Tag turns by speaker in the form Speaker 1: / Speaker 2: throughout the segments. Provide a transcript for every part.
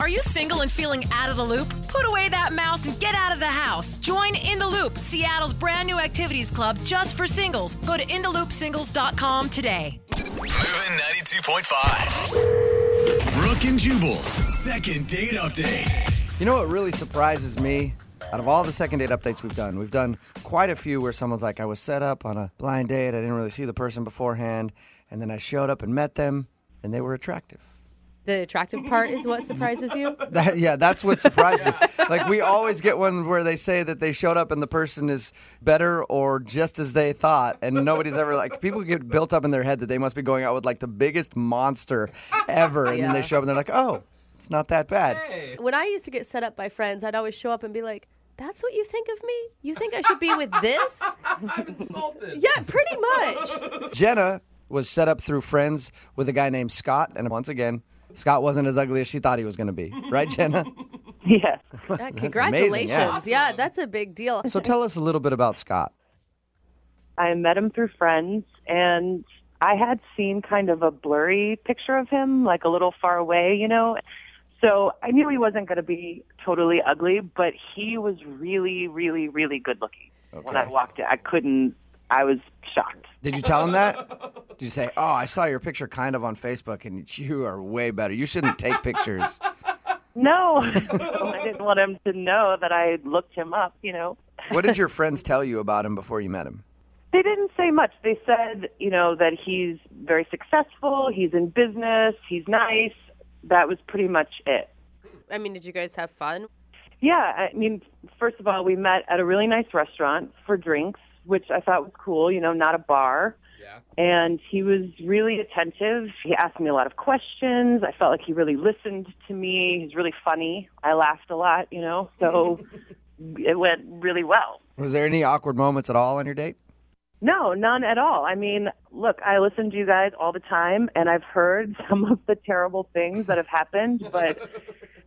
Speaker 1: Are you single and feeling out of the loop? Put away that mouse and get out of the house. Join In the Loop, Seattle's brand new activities club just for singles. Go to intheloopsingles.com today.
Speaker 2: Moving 92.5. Brooke and Jubal's second date update.
Speaker 3: You know what really surprises me? Out of all the second date updates we've done, we've done quite a few where someone's like, I was set up on a blind date, I didn't really see the person beforehand, and then I showed up and met them, and they were attractive.
Speaker 4: The attractive part is what surprises you.
Speaker 3: That, yeah, that's what surprised me. Like, we always get one where they say that they showed up and the person is better or just as they thought, and nobody's ever like, people get built up in their head that they must be going out with like the biggest monster ever, and then they show up and they're like, oh, it's not that bad.
Speaker 4: When I used to get set up by friends, I'd always show up and be like, "That's what you think of me? You think I should be with this?" I'm insulted. Yeah, pretty much.
Speaker 3: Jenna was set up through friends with a guy named Scott, and once again, Scott wasn't as ugly as she thought he was going to be, right, Jenna?
Speaker 5: Yes.
Speaker 4: Yeah, congratulations.
Speaker 3: yeah.
Speaker 4: yeah, that's a big deal.
Speaker 3: so tell us a little bit about Scott.
Speaker 5: I met him through friends and I had seen kind of a blurry picture of him, like a little far away, you know. So I knew he wasn't going to be totally ugly, but he was really, really, really good looking. When I
Speaker 3: Okay.
Speaker 5: walked in, I couldn't, I was shocked.
Speaker 3: Did you tell him that? Did you say, "Oh, I saw your picture kind of on Facebook, and you are way better. You shouldn't take pictures."
Speaker 5: No, I didn't want him to know that I had looked him up, you know.
Speaker 3: What did your friends tell you about him before you met him?
Speaker 5: They didn't say much. They said, you know, that he's very successful, he's in business, he's nice. That was pretty much it.
Speaker 4: I mean, did you guys have fun?
Speaker 5: Yeah, I mean, first of all, we met at a really nice restaurant for drinks, which I thought was cool, you know, not a bar. Yeah. And he was really attentive. He asked me a lot of questions. I felt like he really listened to me. He's really funny. I laughed a lot, you know. So it went really well.
Speaker 3: Was there any awkward moments at all on your date?
Speaker 5: No, none at all. I mean, look, I listen to you guys all the time and I've heard some of the terrible things that have happened, but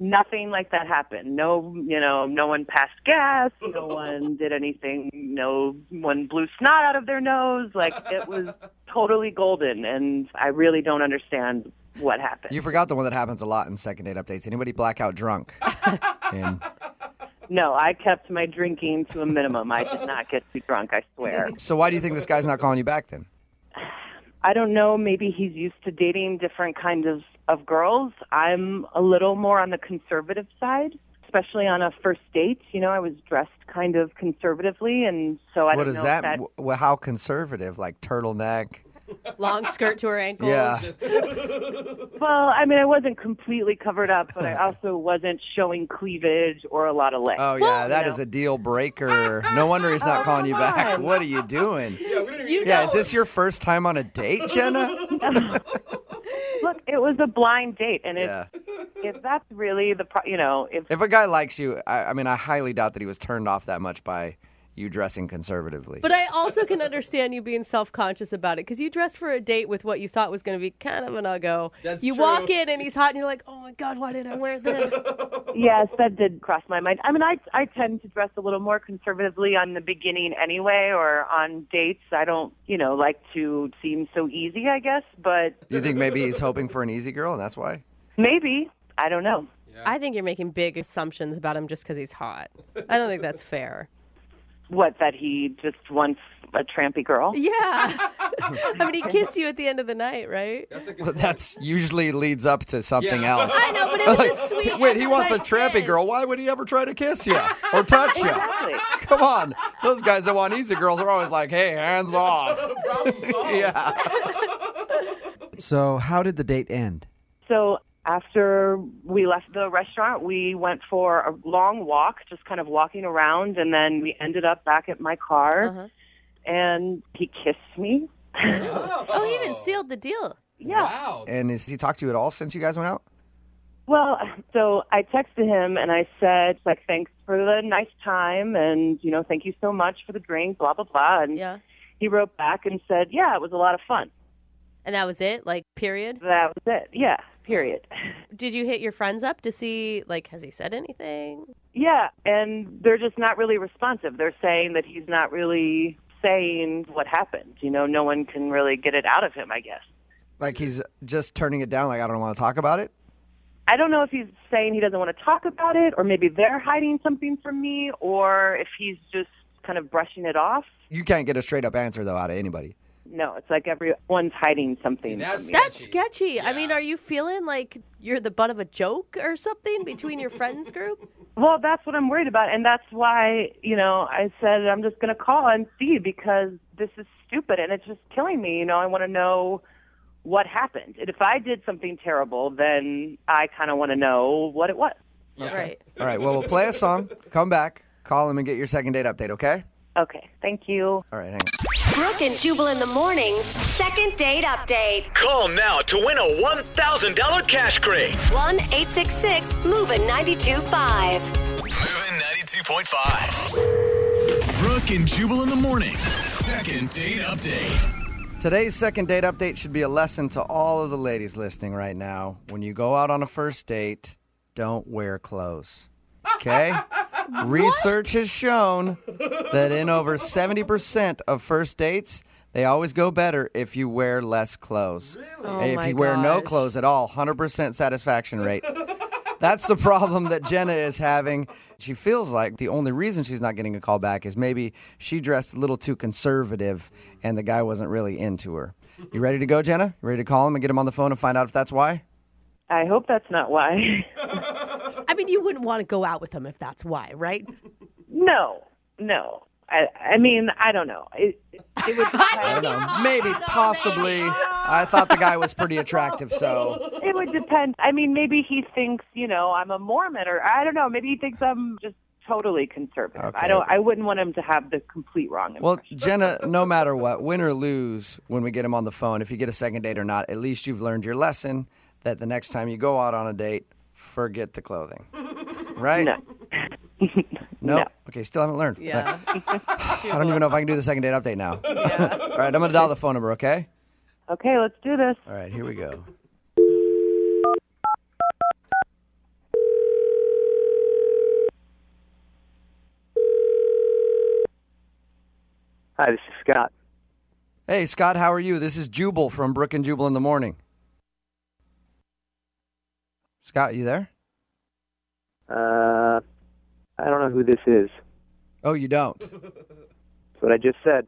Speaker 5: nothing like that happened. No, you know, no one passed gas, no one did anything, no one blew snot out of their nose. Like it was totally golden and I really don't understand what happened.
Speaker 3: You forgot the one that happens a lot in second date updates. Anybody blackout drunk? and
Speaker 5: No, I kept my drinking to a minimum. I did not get too drunk, I swear.
Speaker 3: so, why do you think this guy's not calling you back then?
Speaker 5: I don't know. Maybe he's used to dating different kinds of, of girls. I'm a little more on the conservative side, especially on a first date. You know, I was dressed kind of conservatively, and so I
Speaker 3: What
Speaker 5: don't
Speaker 3: is
Speaker 5: know
Speaker 3: that?
Speaker 5: if that.
Speaker 3: Wh- how conservative? Like turtleneck?
Speaker 4: Long skirt to her ankles.
Speaker 3: Yeah.
Speaker 5: Well, I mean, I wasn't completely covered up, but I also wasn't showing cleavage or a lot of legs.
Speaker 3: Oh yeah, that
Speaker 5: you
Speaker 3: is
Speaker 5: know.
Speaker 3: a deal breaker. No wonder he's not calling you back. What are you doing?
Speaker 4: You
Speaker 3: Yeah,
Speaker 4: know,
Speaker 3: is this your first time on a date, Jenna?
Speaker 5: Look, it was a blind date, and if
Speaker 3: Yeah.
Speaker 5: if that's really the pro- you know if
Speaker 3: If a guy likes you, I, I mean, I highly doubt that he was turned off that much by you dressing conservatively.
Speaker 4: but I also can understand you being self-conscious about it because you dress for a date with what you thought was going to be kind of an uggo. That's you walk in and he's hot, and you're like, "Oh my god, why did I wear that?"
Speaker 5: Yes, that did cross my mind. I mean, I I tend to dress a little more conservatively on the beginning anyway, or on dates. I don't, you know, like to seem so easy, I guess. But
Speaker 3: Do you think maybe he's hoping for an easy girl, and that's why?
Speaker 5: maybe I don't know.
Speaker 4: I think you're making big assumptions about him just because he's hot. I don't think that's fair.
Speaker 5: What that he just wants a trampy girl.
Speaker 4: Yeah. I mean, he kissed you at the end of the night, right?
Speaker 3: But that's usually leads up to something else.
Speaker 4: I know, but it was a sweet.
Speaker 3: Wait, he wants a
Speaker 4: like
Speaker 3: trampy
Speaker 4: this.
Speaker 3: girl. Why would he ever try to kiss you or touch you?
Speaker 5: Exactly.
Speaker 3: Come on, those guys that want easy girls are always like, "Hey, hands off." yeah.
Speaker 6: So, how did the date end?
Speaker 5: So after we left the restaurant, we went for a long walk, just kind of walking around, and then we ended up back at my car, and he kissed me.
Speaker 4: Oh, he even sealed the deal.
Speaker 5: Yeah.
Speaker 3: And has he talked to you at all since you guys went out?
Speaker 5: Well, so I texted him and I said, like, thanks for the nice time and, you know, thank you so much for the drink, blah, blah, blah. And
Speaker 4: Yeah.
Speaker 5: he wrote back and said, yeah, it was a lot of fun.
Speaker 4: And that was it. Like, period.
Speaker 5: That was it. Yeah, period.
Speaker 4: Did you hit your friends up to see, like, has he said anything?
Speaker 5: Yeah, and they're just not really responsive. They're saying that he's not really saying what happened. You know, no one can really get it out of him, I guess.
Speaker 3: Like he's just turning it down. Like I don't want to talk about it.
Speaker 5: I don't know if he's saying he doesn't want to talk about it, or maybe they're hiding something from me, or if he's just kind of brushing it off.
Speaker 3: You can't get a straight up answer though out of anybody.
Speaker 5: No, it's like everyone's hiding something.
Speaker 7: that's-
Speaker 5: from me.
Speaker 4: That's
Speaker 7: Sketchy.
Speaker 4: sketchy. I
Speaker 7: Yeah.
Speaker 4: mean, are you feeling like you're the butt of a joke or something between your friends group?
Speaker 5: Well, that's what I'm worried about, and that's why you know I said I'm just going to call and see because this is stupid and it's just killing me. You know, I want to know what happened, and if I did something terrible, then I kind of want to know what it was.
Speaker 4: Right.
Speaker 3: All right, well, we'll play a song, come back, call him, and get your second date update, okay?
Speaker 5: Okay, thank you.
Speaker 3: All right, hang on.
Speaker 8: Brooke and Jubal in the mornings. Second date update.
Speaker 2: Call now to win a $1,000 cash crate.
Speaker 8: 1 866 Moving 925.
Speaker 2: Moving 92.5. Brooke and Jubal in the mornings. Second date update.
Speaker 3: Today's second date update should be a lesson to all of the ladies listening right now. When you go out on a first date, don't wear clothes. Okay? Research has shown that in over 70% of first dates, they always go better if you wear less clothes. If
Speaker 4: Oh my
Speaker 3: you wear no
Speaker 4: gosh.
Speaker 3: clothes at all, 100% satisfaction rate. That's the problem that Jenna is having. She feels like the only reason she's not getting a call back is maybe she dressed a little too conservative and the guy wasn't really into her. You ready to go, Jenna? You ready to call him and get him on the phone and find out if that's why?
Speaker 5: I hope that's not why.
Speaker 4: I mean, you wouldn't want to go out with them if that's why, right?
Speaker 5: no, no. I I mean I don't know. It, it would.
Speaker 3: I don't know. Maybe, possibly. I thought the guy was pretty attractive, so.
Speaker 5: It would depend. I mean, maybe he thinks, you know, I'm a Mormon or I don't know. Maybe he thinks I'm just totally conservative.
Speaker 3: Okay.
Speaker 5: I don't I wouldn't want him to have the complete wrong impression.
Speaker 3: Well, Jenna, no matter what, win or lose, when we get him on the phone, if you get a second date or not, at least you've learned your lesson that the next time you go out on a date, forget the clothing. Right?
Speaker 5: No.
Speaker 3: No. Okay, still haven't learned.
Speaker 4: Yeah.
Speaker 3: I don't even know if I can do the second date update now. All right, I'm going to dial the phone number, okay?
Speaker 5: okay, let's do this.
Speaker 3: All right, here we go.
Speaker 9: Hi, this is Scott.
Speaker 3: Hey, Scott, how are you? This is Jubal from Brook and Jubal in the Morning. Scott, you there?
Speaker 9: Uh, I don't know who this is.
Speaker 3: Oh, you don't.
Speaker 9: That's what I just said.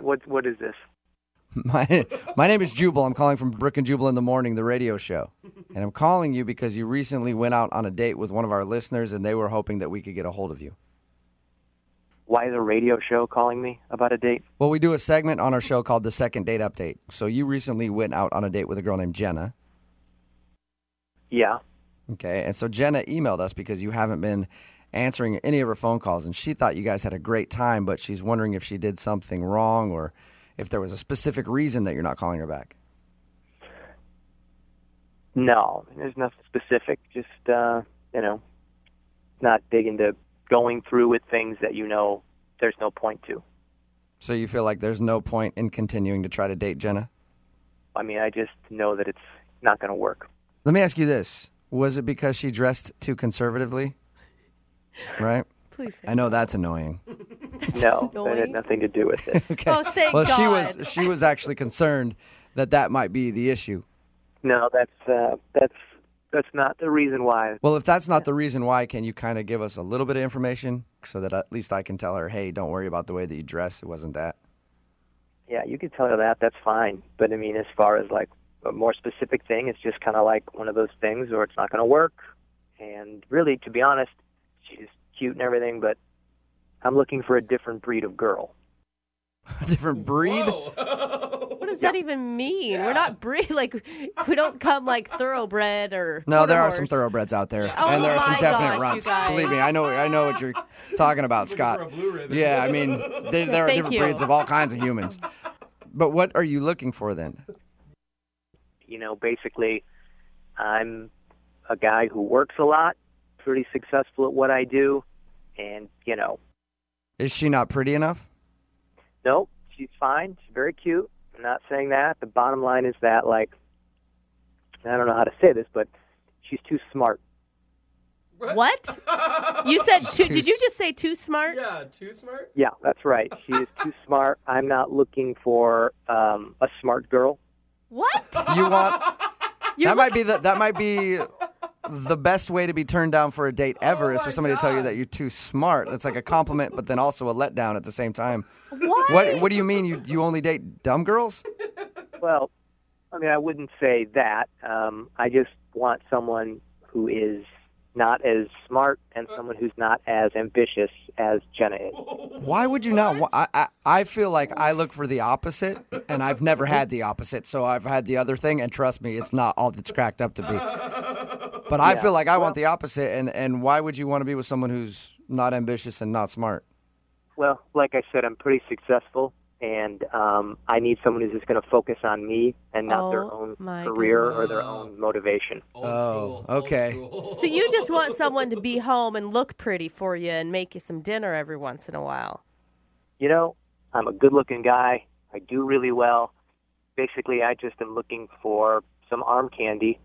Speaker 9: what What is this?
Speaker 3: My, my name is Jubal. I'm calling from Brook and Jubal in the Morning, the radio show. And I'm calling you because you recently went out on a date with one of our listeners and they were hoping that we could get a hold of you.
Speaker 9: Why is a radio show calling me about a date?
Speaker 3: Well, we do a segment on our show called The Second Date Update. So you recently went out on a date with a girl named Jenna.
Speaker 9: Yeah.
Speaker 3: Okay. And so Jenna emailed us because you haven't been answering any of her phone calls. And she thought you guys had a great time, but she's wondering if she did something wrong or if there was a specific reason that you're not calling her back.
Speaker 9: No, there's nothing specific. Just uh, you know, not big into going through with things that you know there's no point to.
Speaker 3: So you feel like there's no point in continuing to try to date Jenna?
Speaker 9: I mean, I just know that it's not going to work.
Speaker 3: Let me ask you this Was it because she dressed too conservatively? Right?
Speaker 4: Please. say-
Speaker 3: I know that's annoying.
Speaker 9: no, that
Speaker 4: annoying.
Speaker 9: had nothing to do with it.
Speaker 3: Okay.
Speaker 4: Oh, thank
Speaker 3: well, she
Speaker 4: God.
Speaker 3: was she was actually concerned that that might be the issue.
Speaker 9: no, that's uh, that's that's not the reason why.
Speaker 3: Well, if that's not the reason why, can you kind of give us a little bit of information so that at least I can tell her, hey, don't worry about the way that you dress. It wasn't that.
Speaker 9: Yeah, you can tell her that. That's fine. But I mean, as far as like a more specific thing, it's just kind of like one of those things where it's not going to work. And really, to be honest, she's cute and everything, but I'm looking for a different breed of girl.
Speaker 3: A different breed?
Speaker 4: What does that even mean? We're not breed like we don't come like thoroughbred or
Speaker 3: No, there are
Speaker 4: quarter
Speaker 3: some
Speaker 4: horse.
Speaker 3: thoroughbreds out there,
Speaker 4: Oh
Speaker 3: and there are some
Speaker 4: my
Speaker 3: definite
Speaker 4: gosh, you
Speaker 3: runts.
Speaker 4: guys.
Speaker 3: Believe me, I know. I know what you're talking about, Scott. yeah, I mean, there, there are
Speaker 4: Thank
Speaker 3: different
Speaker 4: you.
Speaker 3: breeds of all kinds of humans. But what are you looking for then?
Speaker 9: You know, basically, I'm a guy who works a lot, pretty successful at what I do, and you know,
Speaker 3: Is she not pretty enough?
Speaker 9: Nope, she's fine. She's very cute. I'm not saying that. The bottom line is that, like, I don't know how to say this, but she's too smart.
Speaker 4: What? You said too,
Speaker 3: too
Speaker 4: did you just say too smart?
Speaker 7: Yeah, too smart.
Speaker 9: Yeah, that's right. She is too smart. I'm not looking for um, a smart girl.
Speaker 4: What?
Speaker 3: You want
Speaker 4: You're
Speaker 3: that might be the that might be the best way to be turned down for a date ever is for somebody to tell you that you're too smart. That's like a compliment, but then also a letdown at the same time.
Speaker 4: What?
Speaker 3: What What do you mean you you only date dumb girls?
Speaker 9: Well, I mean, I wouldn't say that. Um, I just want someone who is not as smart and someone who's not as ambitious as Jenna is.
Speaker 3: Why would you not? wa- I, I I feel like I look for the opposite, and I've never had the opposite, so I've had the other thing, and trust me, it's not all that's cracked up to be. But I feel like I want the opposite, and and why would you want to be with someone who's not ambitious and not smart?
Speaker 9: Well, like I said, I'm pretty successful, and um, I need someone who's just going to focus on me and not their
Speaker 4: Oh,
Speaker 9: own
Speaker 4: my
Speaker 9: career or their own motivation.
Speaker 7: Old school. old
Speaker 3: Oh, okay.
Speaker 7: school.
Speaker 4: So you just want someone to be home and look pretty for you and make you some dinner every once in a while.
Speaker 9: You know, I'm a good-looking guy. I do really well. Basically, I just am looking for some arm candy,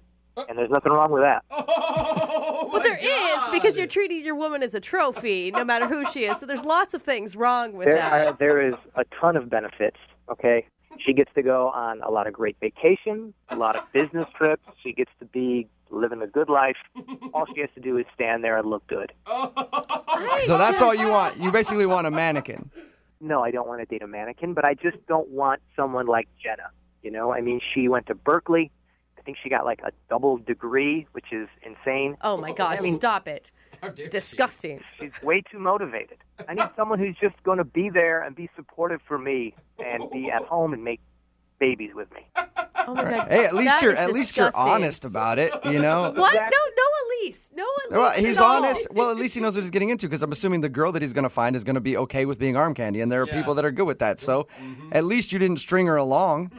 Speaker 9: and there's nothing wrong with that.
Speaker 7: Oh,
Speaker 4: Well,
Speaker 7: my
Speaker 4: there is
Speaker 7: God.
Speaker 4: because you're treating your woman as a trophy, no matter who she is. So there's lots of things wrong with
Speaker 9: There,
Speaker 4: that.
Speaker 9: I, there is a ton of benefits. Okay, she gets to go on a lot of great vacations, a lot of business trips. She gets to be living a good life. All she has to do is stand there and look good.
Speaker 3: So that's all you want. You basically want a mannequin.
Speaker 9: no, I don't want to date a mannequin, but I just don't want someone like Jenna. You know, I mean, she went to Berkeley. I think she got like a double degree, which is insane.
Speaker 4: Oh my gosh! Stop it. It's disgusting.
Speaker 9: She's way too motivated. I need someone who's just going to be there and be supportive for me and be at home and make babies with me.
Speaker 4: Oh my god.
Speaker 3: Hey, at least
Speaker 4: That
Speaker 3: you're
Speaker 4: is
Speaker 3: at least you're
Speaker 4: disgusting.
Speaker 3: honest about it, you know.
Speaker 4: What? No, no, Elise. No, Elise.
Speaker 3: Well, he's
Speaker 4: at all.
Speaker 3: honest. Well, at least he knows what he's getting into because I'm assuming the girl that he's going to find is going to be okay with being arm candy, and there are people that are good with that. So, at least you didn't string her along.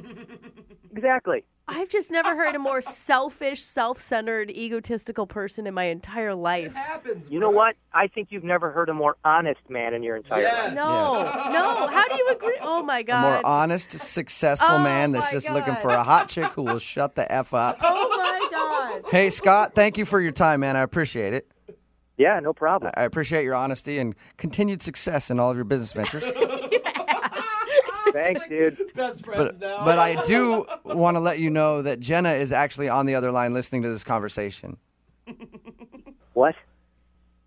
Speaker 9: Exactly.
Speaker 4: I've just never heard a more selfish, self-centered, egotistical person in my entire life.
Speaker 7: happens.
Speaker 9: You know what? I think you've never heard a more honest man in your entire
Speaker 7: Yes.
Speaker 9: life.
Speaker 4: No, no. How do you agree? Oh my
Speaker 3: A more
Speaker 4: god.
Speaker 3: honest, successful
Speaker 4: Oh,
Speaker 3: man that's
Speaker 4: my
Speaker 3: just looking
Speaker 4: God.
Speaker 3: for a hot chick who will shut the f up.
Speaker 4: oh my god.
Speaker 3: Hey, Scott, thank you for your time, man. I appreciate it.
Speaker 9: Yeah, no problem.
Speaker 3: I appreciate your honesty and continued success in all of your business ventures.
Speaker 9: Thanks, dude.
Speaker 7: Best friends
Speaker 3: But,
Speaker 7: now.
Speaker 3: but I do want to let you know that Jenna is actually on the other line listening to this conversation.
Speaker 9: What?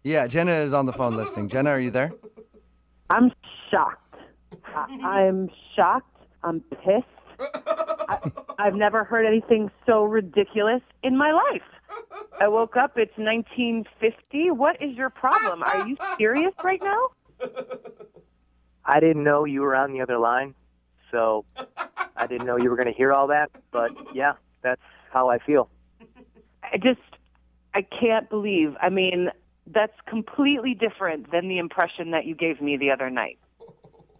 Speaker 3: Yeah, Jenna is on the phone listening. Jenna, are you there?
Speaker 5: I'm shocked. I, I'm shocked. I'm pissed. I, I've never heard anything so ridiculous in my life. I woke up. It's 1950. What is your problem? Are you serious right now?
Speaker 9: I didn't know you were on the other line, so I didn't know you were going to hear all that. But yeah, that's how I feel.
Speaker 5: I just, I can't believe. I mean, that's completely different than the impression that you gave me the other night.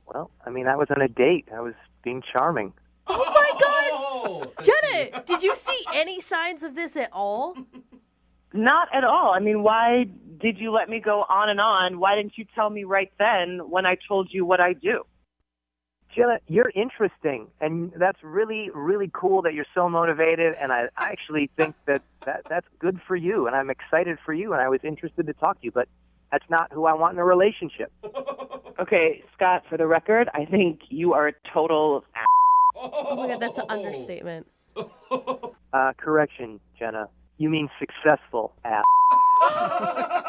Speaker 9: Well, I mean, I was on a date. I was being charming.
Speaker 4: Oh my gosh.
Speaker 7: Oh.
Speaker 4: Jenna, did you see any signs of this at all?
Speaker 5: Not at all. I mean, why did you let me go on and on? Why didn't you tell me right then when I told you what I do?
Speaker 9: Jenna, you're interesting, and that's really, really cool that you're so motivated. And I I actually think that, that that's good for you, and I'm excited for you, and I was interested to talk to you, but that's not who I want in a relationship.
Speaker 5: Okay, Scott, for the record, I think you are a total ass.
Speaker 4: Oh my god, that's an understatement.
Speaker 9: Uh, correction, Jenna. You mean successful ass.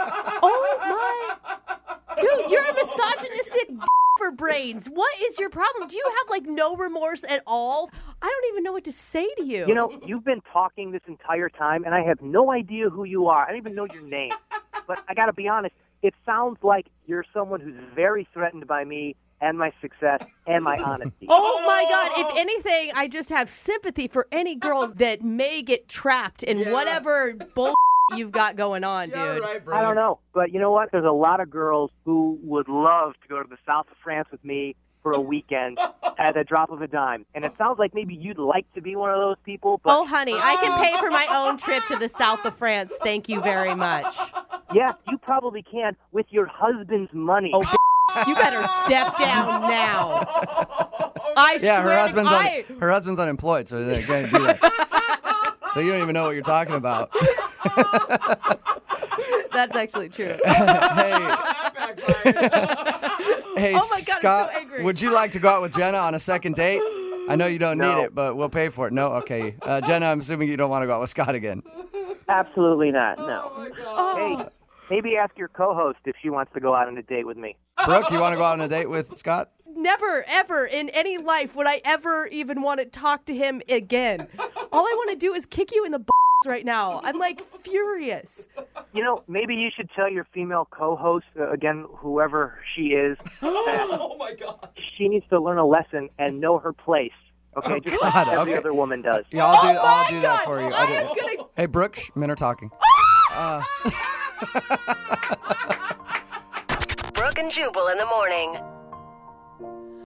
Speaker 4: Oh my. Dude, you're a misogynistic d- for brains. What is your problem? Do you have like no remorse at all? I don't even know what to say to you.
Speaker 9: You know, you've been talking this entire time, and I have no idea who you are. I don't even know your name. But I got to be honest, it sounds like you're someone who's very threatened by me and my success and my honesty.
Speaker 4: Oh my God! If anything, I just have sympathy for any girl that may get trapped in whatever bull you've got going on, dude.
Speaker 7: Yeah, right, bro.
Speaker 9: I don't know. But you know what? There's a lot of girls who would love to go to the south of France with me for a weekend at the drop of a dime. And it sounds like maybe you'd like to be one of those people, but
Speaker 4: Oh, honey, I can pay for my own trip to the south of France. Thank you very much.
Speaker 9: yes, you probably can with your husband's money.
Speaker 4: Oh, You better step down now. I
Speaker 3: Yeah,
Speaker 4: swear
Speaker 3: her husband's
Speaker 4: to I,
Speaker 3: on, her husband's unemployed, so they can't do that. so you don't even know what you're talking about.
Speaker 4: That's actually true.
Speaker 3: hey,
Speaker 7: That backfired.
Speaker 3: hey,
Speaker 4: Oh my God, I'm so
Speaker 3: Scott,
Speaker 4: angry.
Speaker 3: would you like to go out with Jenna on a second date? I know you don't
Speaker 5: No.
Speaker 3: need it, but we'll pay for it. No, okay. Uh, Jenna, I'm assuming you don't want to go out with Scott again.
Speaker 5: Absolutely not. No.
Speaker 9: Hey, maybe ask your co-host if she wants to go out on a date with me.
Speaker 3: Brooke, you want to go out on a date with Scott?
Speaker 4: Never, ever in any life would I ever even want to talk to him again. All I want to do is kick you in the b- right now. I'm like furious.
Speaker 9: You know, maybe you should tell your female co-host uh, again, whoever she is, that
Speaker 7: oh my god.
Speaker 9: she needs to learn a lesson and know her place. Okay, just like
Speaker 3: God,
Speaker 9: every
Speaker 3: okay.
Speaker 9: other woman does.
Speaker 3: Yeah, I'll do.
Speaker 4: Oh
Speaker 3: I'll
Speaker 4: my
Speaker 3: do that
Speaker 4: God,
Speaker 3: for you.
Speaker 4: I
Speaker 3: I'll do
Speaker 4: am
Speaker 3: that.
Speaker 4: gonna-
Speaker 3: Hey, Brooke, shh, men are talking.
Speaker 8: Brooke and Jubal in the morning.